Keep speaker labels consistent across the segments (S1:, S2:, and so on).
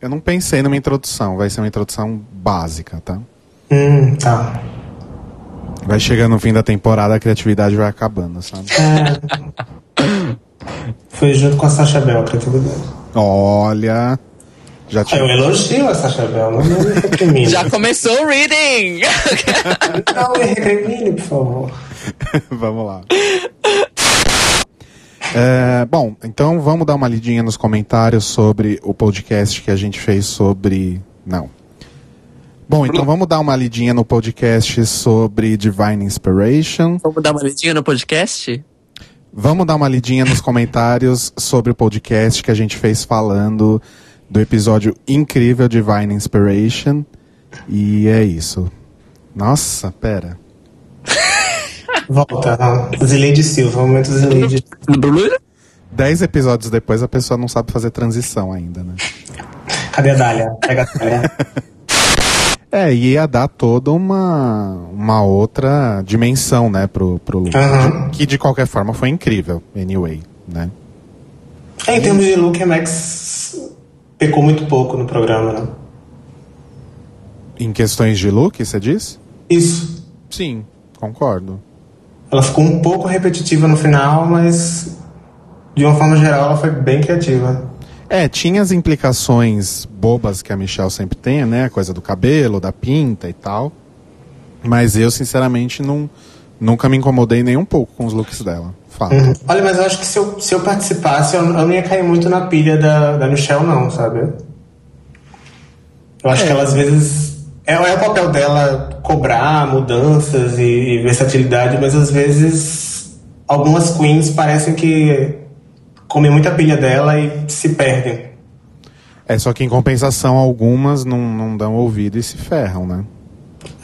S1: Eu não pensei numa introdução, vai ser uma introdução básica, tá?
S2: Hum, tá.
S1: Vai chegando no fim da temporada, a criatividade vai acabando, sabe?
S2: Foi junto com a Sasha Bell, criatividade.
S1: Olha. Já
S2: Ah, Eu
S1: tinha.
S2: elogio a Sasha Bell, não me recrimine.
S3: Já começou o reading!
S2: Não me recrimine, por favor.
S1: vamos lá. É, bom, então vamos dar uma lidinha nos comentários sobre o podcast que a gente fez sobre. Não. Bom, então vamos dar uma lidinha no podcast sobre Divine Inspiration.
S3: Vamos dar uma lidinha no podcast?
S1: Vamos dar uma lidinha nos comentários sobre o podcast que a gente fez falando do episódio incrível Divine Inspiration. E é isso. Nossa, pera.
S2: Volta, não. Zileide Silva, um momento Zileide.
S1: Dez episódios depois a pessoa não sabe fazer transição ainda, né?
S2: Cadê a Dália? Pega a Dália.
S1: É, e ia dar toda uma, uma outra dimensão, né, pro, pro Luke.
S2: Aham.
S1: Que de qualquer forma foi incrível, anyway, né?
S2: É, em termos de look, a Max pecou muito pouco no programa, né?
S1: Em questões de look, você diz?
S2: Isso.
S1: Sim, concordo.
S2: Ela ficou um pouco repetitiva no final, mas de uma forma geral ela foi bem criativa.
S1: É, tinha as implicações bobas que a Michelle sempre tem, né? A coisa do cabelo, da pinta e tal. Mas eu, sinceramente, não, nunca me incomodei nem um pouco com os looks dela. Fato.
S2: Olha, mas eu acho que se eu, se eu participasse, eu, eu não ia cair muito na pilha da, da Michelle, não, sabe? Eu acho que ela às vezes. É, é o papel dela cobrar mudanças e, e versatilidade, mas às vezes algumas queens parecem que comem muita pilha dela e se perdem.
S1: É, só que em compensação, algumas não, não dão ouvido e se ferram, né?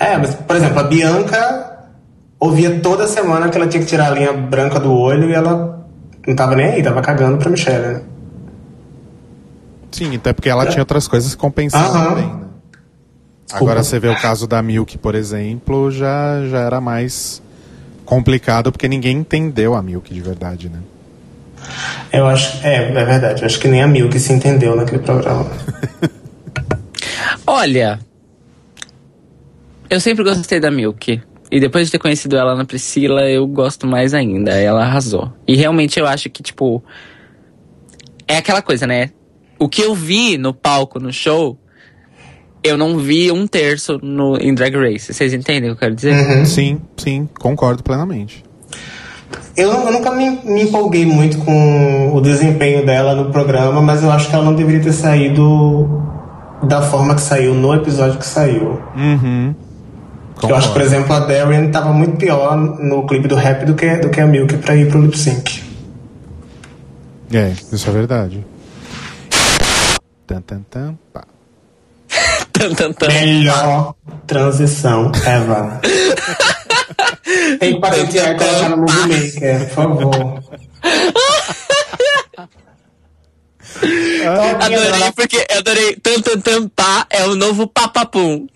S2: É, mas, por exemplo, a Bianca ouvia toda semana que ela tinha que tirar a linha branca do olho e ela não tava nem aí, tava cagando pra Michelle, né?
S1: Sim, até porque ela tinha outras coisas que compensavam
S2: Aham.
S1: bem, né?
S2: Desculpa.
S1: Agora você vê o caso da Milk, por exemplo, já, já era mais complicado porque ninguém entendeu a Milk de verdade, né?
S2: Eu acho. É, é verdade. Eu acho que nem a Milk se entendeu naquele programa.
S3: Olha, eu sempre gostei da Milk. E depois de ter conhecido ela na Priscila, eu gosto mais ainda. Ela arrasou. E realmente eu acho que, tipo. É aquela coisa, né? O que eu vi no palco, no show, eu não vi um terço no, em Drag Race. Vocês entendem o que eu quero dizer?
S1: Sim, sim, concordo plenamente.
S2: Eu, nu- eu nunca me, me empolguei muito com o desempenho dela no programa, mas eu acho que ela não deveria ter saído da forma que saiu, no episódio que saiu.
S1: Uhum.
S2: Eu acho que, por exemplo, a Darren tava muito pior no clipe do rap do que, do que a Milk pra ir pro lip sync.
S1: É, isso é verdade. Tan, tan, tan, pá.
S3: Tan, tan, tan.
S2: Melhor transição ever. Tem que parar de tirar e colocar no Movie Maker, por favor.
S3: Adorei, porque eu adorei. Tan, tan, tan, pá, é o novo papapum.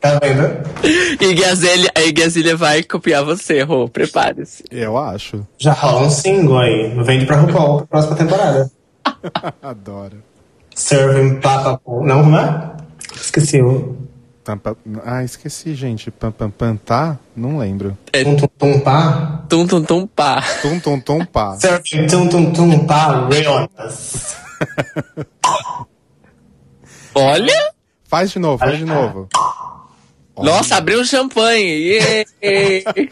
S2: Tá vendo?
S3: E Gazelle, a Gazilha vai copiar você, Rô. Prepare-se.
S1: Eu acho.
S2: Já rola um single aí. Vende pra RuPaul pra próxima temporada.
S1: Adoro.
S2: Serving Papa. Não, como é? Esqueci o.
S1: Tam, pam, Ah, esqueci, gente. Pam, pam, pam, tá? Não lembro.
S2: Tum tum tum pá.
S3: Tum, tum, tum, pá.
S1: Tum, tum, tum, pá.
S2: Serving tum tum tum pá. Realness.
S3: Olha!
S1: Faz de novo, faz de novo.
S3: Nossa, abriu um champanhe! Yay!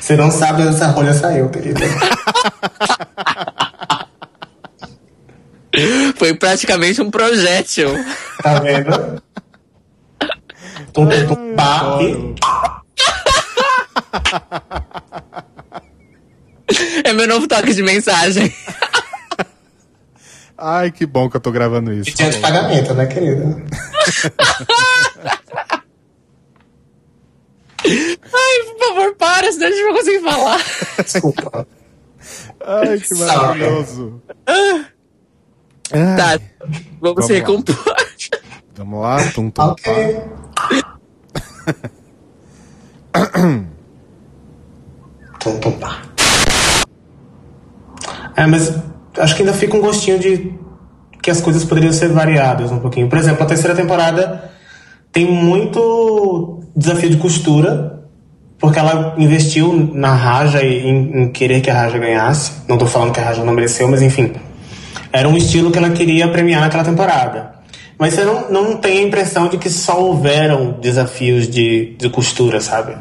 S2: Você não sabe onde essa rolha saiu, querida.
S3: Foi praticamente um projétil.
S2: Tá vendo? Tum tum tum pá. E...
S3: É meu novo toque de mensagem.
S1: Ai, que bom que eu tô gravando isso.
S2: Dia de pagamento, né, querida?
S3: Ai, por favor, para, senão a gente não vai conseguir falar.
S2: Desculpa.
S1: Ai, que
S2: Sorry.
S1: maravilhoso. Ai,
S3: Tá, vamos,
S1: Vamos
S3: se
S1: lá.
S3: recompor.
S1: Vamos lá, tum, tum,
S2: Ok.
S1: pá.
S2: Tum tum pá. É, mas acho que ainda fica um gostinho de que as coisas poderiam ser variadas um pouquinho. Por exemplo, a terceira temporada tem muito desafio de costura, porque ela investiu na Raja e em, em querer que a Raja ganhasse. Não tô falando que a Raja não mereceu, mas enfim. Era um estilo que ela queria premiar naquela temporada. Mas você não, não tem a impressão de que só houveram desafios de, de costura, sabe?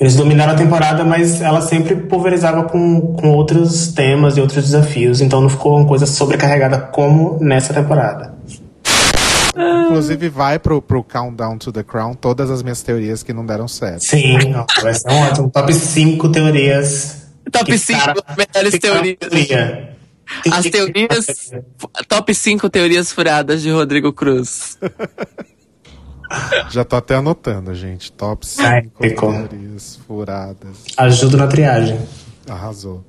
S2: Eles dominaram a temporada, mas ela sempre pulverizava com, com outros temas e outros desafios, então não ficou uma coisa sobrecarregada como nessa temporada.
S1: Inclusive, vai pro, pro Countdown to the Crown todas as minhas teorias que não deram certo.
S2: Sim, não, vai ser um ótimo. Top 5 teorias.
S3: Top
S2: que
S3: 5
S2: ficaram-
S3: melhores
S2: ficaram
S3: teorias.
S2: teoria. Tem
S3: As
S2: que-
S3: teorias. Top 5 teorias furadas de Rodrigo Cruz.
S1: Já tô até anotando, gente. Top 5
S2: Ai, ficou.
S1: teorias furadas.
S2: Ajuda na triagem.
S1: Arrasou.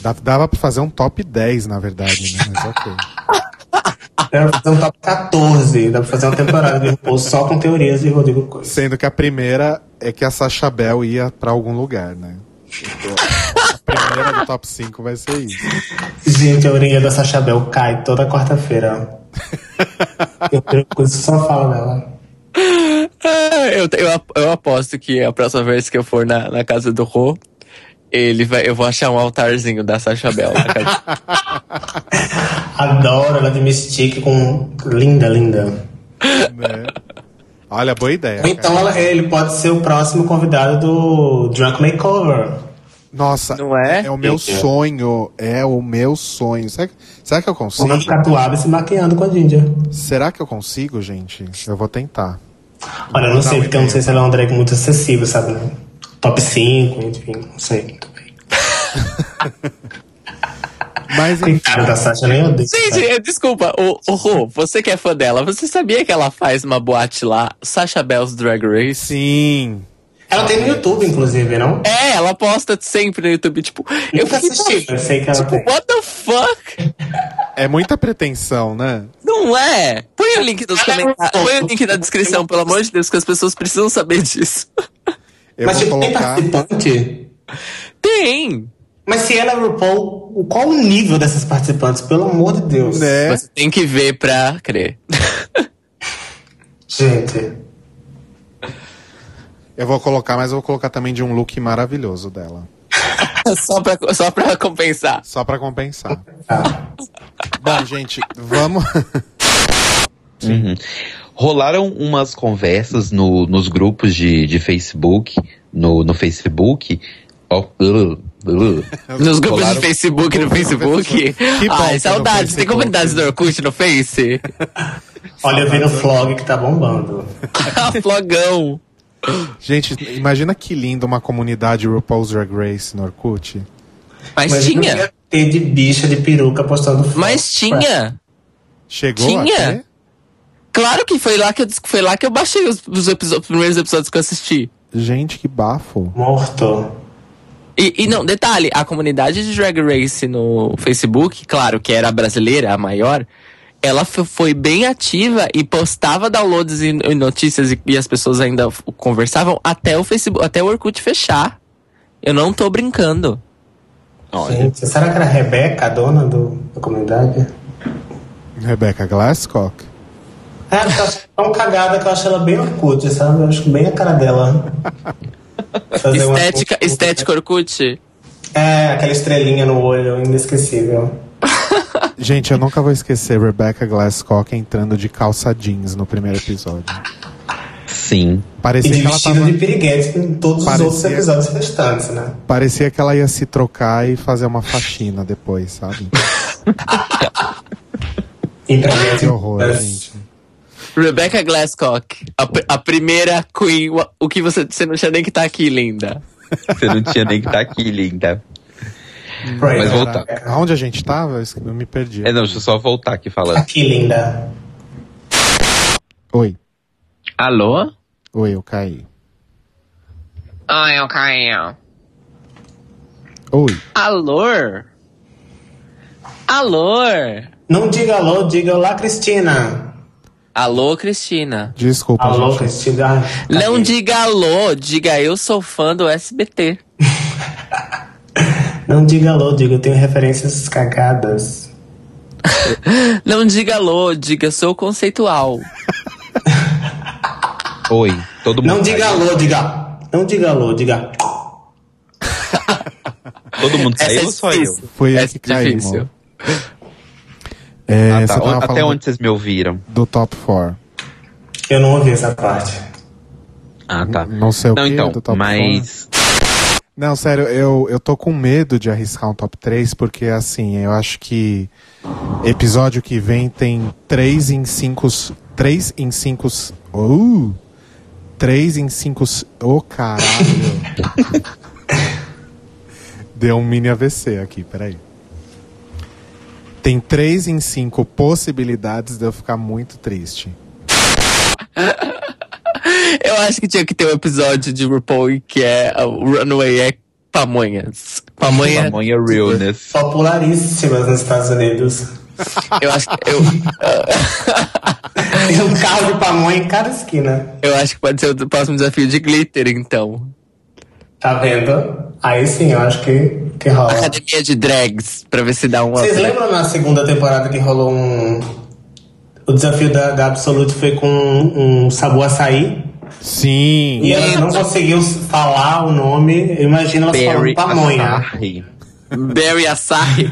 S1: Dá- Dava pra fazer um top 10, na verdade, né? Mas ok.
S2: Dá pra fazer um top 14. Dá pra fazer uma temporada de RuPaul só com teorias de Rodrigo Cruz.
S1: Sendo que a primeira é que a Sacha Bell ia pra algum lugar, né? Tipo, a primeira do top 5 vai ser isso.
S2: Gente, a orelha da Sacha Bell cai toda quarta-feira. Eu tenho coisa que só falo dela.
S3: Ah, Eu, te- eu, ap- eu aposto que a próxima vez que eu for na, na casa do Rô, ele vai, eu vou achar um altarzinho da Sacha Bell. na casa-
S2: Adoro ela de Mystique com. Linda, linda.
S1: Né? Olha, boa ideia.
S2: Ou então
S1: cara.
S2: ela- ele pode ser o próximo convidado do Drunk Makeover.
S1: Nossa,
S3: Não é?
S1: é o meu sonho. É o meu sonho. Será que, será que eu
S2: O
S1: consigo?
S2: Nando Catuaba se maquiando com a Ginger.
S1: Será que eu consigo, gente? Eu vou tentar.
S2: Olha, eu não
S1: Dá
S2: sei,
S1: um
S2: porque eu não
S1: e-mail.
S2: sei se ela é uma drag muito acessível, sabe? né? Top 5, enfim, não sei. muito bem.
S1: Mas enfim,
S2: Coitada da Sasha, nem odeio.
S3: Gente, eh, desculpa, o, o Rô, você que é fã dela, você sabia que ela faz uma boate lá, Sacha Bell's Drag Race?
S1: sim.
S2: Ela tem no YouTube, inclusive, não?
S3: É, ela posta sempre no YouTube, tipo, eu
S2: Nunca
S3: fiquei
S2: assisti, eu assim.
S3: tipo,
S2: sei que ela tem.
S3: what the fuck?
S1: É muita pretensão, né?
S3: Não é? Põe o link dos
S2: Ela é um
S3: comentários, põe o
S2: pouco.
S3: link na descrição, pelo amor de Deus, que as pessoas precisam saber disso.
S1: Eu
S2: Mas,
S1: vou
S2: tipo, tem
S1: colocar.
S2: participante?
S3: Tem!
S2: Mas se ela é RuPaul, qual o nível dessas participantes? Pelo amor de Deus.
S1: Né?
S3: Você tem que ver pra crer.
S2: Gente,
S1: Eu vou colocar, mas eu vou colocar também de um look maravilhoso dela.
S3: só, pra, só pra compensar.
S1: Só pra compensar.
S2: tá.
S1: Bom, gente, vamos.
S4: Uhum. Rolaram umas conversas no- nos grupos de, de Facebook, no, no Facebook. Ó, uh, uh.
S3: Nos grupos de
S4: Rolaram-
S3: Facebook, no Facebook.
S1: Que bom que
S3: Ai,
S1: no
S3: saudades. Tem
S1: Facebook.
S3: comunidades do Orkut no Face?
S2: Olha, eu vi no vlog que tá bombando.
S3: Flogão.
S1: Gente, imagina que linda uma comunidade RuPaul's Drag Race no Orkut.
S3: Mas,
S2: Mas eu
S3: tinha.
S2: queria ter de bicha de peruca postando foto.
S3: Mas tinha.
S1: Chegou
S3: Tinha?
S1: até?
S3: Claro que foi lá que eu, foi lá que eu baixei os, os episo- os primeiros episódios que eu assisti.
S1: Gente, que bafo.
S2: Morto.
S3: E, e não, detalhe, a comunidade de Drag Race no Facebook, claro que era a brasileira, a maior, ela fo- foi bem ativa e postava downloads e, e notícias e, e as pessoas ainda f- conversavam até o Facebook, até o Orkut fechar. Eu não tô brincando.
S2: Gente, será que era a Rebeca, a dona do, da comunidade?
S1: Rebecca Glasscock.
S2: É, porque ela tá tão cagada que eu acho ela bem Orkut, sabe? Eu acho bem a cara dela. Fazer é uma-
S3: Estética, estética Orkut.
S2: É, aquela estrelinha no olho, inesquecível.
S1: Gente, eu nunca vou esquecer Rebecca Glasscock entrando de calça jeans no primeiro episódio.
S4: Sim.
S2: E
S1: Parecia
S2: de
S1: que ela
S2: vestido
S1: tava.
S2: de piriguete em todos
S1: Parecia-
S2: os outros episódios restantes, né?
S1: Parecia que ela ia se trocar e fazer uma faxina depois, sabe?
S2: E pra mim,
S1: Que horror,
S2: mas-
S1: gente.
S3: Rebecca Glasscock, a, pr- a primeira Queen. O, o que você, você não tinha nem que tá aqui, linda.
S4: Você não tinha nem que estar aqui, linda.
S2: Pray,
S4: Mas
S2: né?
S4: voltar.
S1: É, Aonde a gente tava? Eu esque- Eu me perdi.
S4: É, não, deixa eu só voltar aqui falando.
S2: Que linda.
S1: Oi.
S5: Alô?
S1: Oi, eu caí.
S5: Ai, eu caí.
S1: Oi.
S3: Alô? Alô?
S2: Não diga alô, diga olá, Cristina.
S3: Alô, Cristina.
S1: Desculpa,
S2: Alô,
S1: gente.
S2: Cristina. Ai,
S3: Não
S2: aí.
S3: diga alô, diga eu sou fã do SBT.
S2: Não diga alô, diga, eu tenho referências cagadas.
S3: Não diga alô, diga sou conceitual.
S4: Oi, todo mundo.
S2: Não diga
S4: saiu?
S2: alô, diga. Não diga alô, diga.
S4: Todo
S1: É
S4: mundo saiu ou só eu?
S3: é difícil.
S1: Foi eu
S3: Essa
S1: que
S3: é
S1: caí,
S3: difícil.
S1: amor. É,
S4: Ah,
S1: você
S4: tá.
S1: tava
S4: O- Até
S1: falando
S4: onde vocês me ouviram?
S1: do top 4.
S2: Eu não ouvi essa parte.
S4: Ah, tá.
S1: Não sei o
S4: Não,
S1: que
S4: então,
S1: do top four.
S4: mas.
S1: Não, sério, eu, eu tô com medo de arriscar um top 3, porque assim, eu acho que episódio que vem tem 3 em 5. 3 em 5. Uh, 3 em 5. Ô caralho! Deu um mini AVC aqui, peraí. Tem 3 em 5 possibilidades de eu ficar muito triste.
S3: Eu acho que tinha que ter um episódio de RuPaul que é uh, Runway é pamonhas. Pamonha.
S4: Tamanha realness.
S2: Popularíssimas nos Estados Unidos.
S3: Eu acho que eu,
S2: Tem um carro de pamonha em cada esquina.
S3: eu acho que pode ser o próximo desafio de glitter, então.
S2: Tá vendo? Aí sim, eu acho que, que rola.
S3: Academia de drags pra ver se dá um uma.
S2: Vocês lembram na segunda temporada que rolou um. O desafio da, da Absolute foi com um, um sabor açaí?
S1: Sim!
S2: E ela não conseguiu falar o nome. Imagina elas falando
S4: Barry
S2: pamonha.
S4: Asahi.
S3: Barry Asahi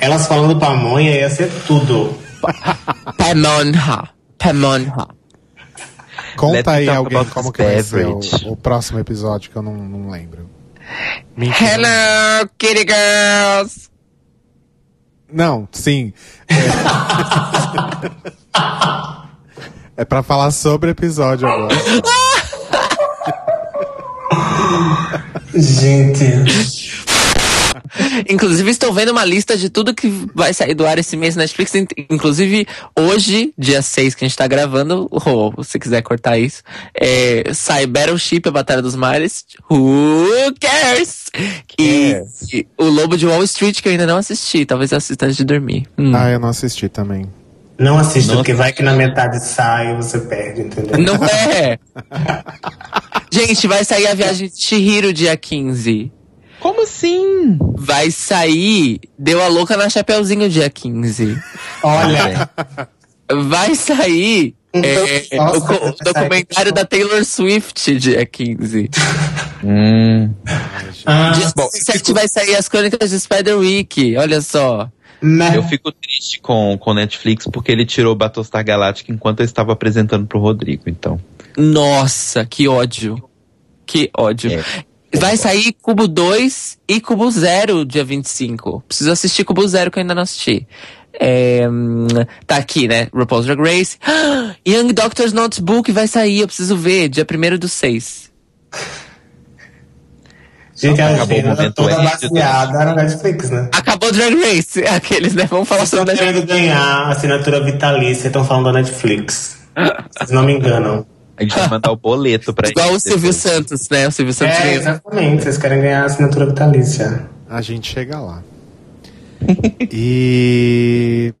S2: Elas falando pamonha ia ser tudo.
S3: Pamonha. Pamonha.
S4: Let's
S1: Conta aí
S4: talk
S1: alguém
S4: about
S1: como
S4: this
S1: que vai ser o,
S4: beverage.
S1: o próximo episódio que eu não, não lembro. Mentira.
S3: Hello, kitty girls!
S1: Não, sim. É, é pra falar sobre o episódio agora.
S2: Gente.
S3: Inclusive, estou vendo uma lista de tudo que vai sair do ar esse mês na Netflix. In- Inclusive, hoje, dia 6, que a gente tá gravando, oh, se quiser cortar isso, é, sai Battleship, a Batalha dos Mares. Who cares? E, e o Lobo de Wall Street, que eu ainda não assisti. Talvez eu assista antes de dormir. Hum.
S1: Ah, eu não assisti também.
S2: Não assista, porque vai que na metade sai e você perde, entendeu?
S3: Não é! gente, vai sair a Viagem de Chihiro dia 15.
S4: Como assim?
S3: Vai sair Deu a Louca na Chapeuzinho dia 15.
S2: Olha,
S3: Vai sair
S2: Então,
S3: é,
S2: nossa,
S3: o co-
S2: vai
S3: o documentário
S2: sair.
S3: da Taylor Swift, dia 15.
S4: Hum.
S2: ah,
S3: Dia 17 vai sair as crônicas de Spider Week, olha só.
S2: né?
S4: Eu fico triste com o Netflix porque ele tirou o Battlestar Galactica enquanto eu estava apresentando pro Rodrigo, então.
S3: Nossa, que ódio. Que ódio. Vai sair Cubo 2 e Cubo 0 dia 25. Preciso assistir Cubo 0 que eu ainda não assisti. É, hum, tá aqui, né? RuPaul's Drag Race. Ah, Young Doctor's Notebook vai sair, eu preciso ver, dia 1 do 6.
S2: Gente, a
S4: Acabou o
S2: agenda
S4: momento
S2: toda
S4: hétero.
S2: baseada na Netflix, né?
S3: Acabou Drag Race. Aqueles, né? Vamos falar
S2: Vocês estão
S3: sobre Drag
S2: querendo ganhar assinatura vitalícia, estão falando da Netflix. Vocês não me enganam.
S4: A gente vai mandar o boleto pra
S3: Igual
S4: ele
S3: o Silvio
S4: depois.
S3: Santos, né? O Silvio Santos
S2: É,
S3: ganhou.
S2: exatamente, vocês querem ganhar assinatura vitalícia.
S1: A gente chega lá. E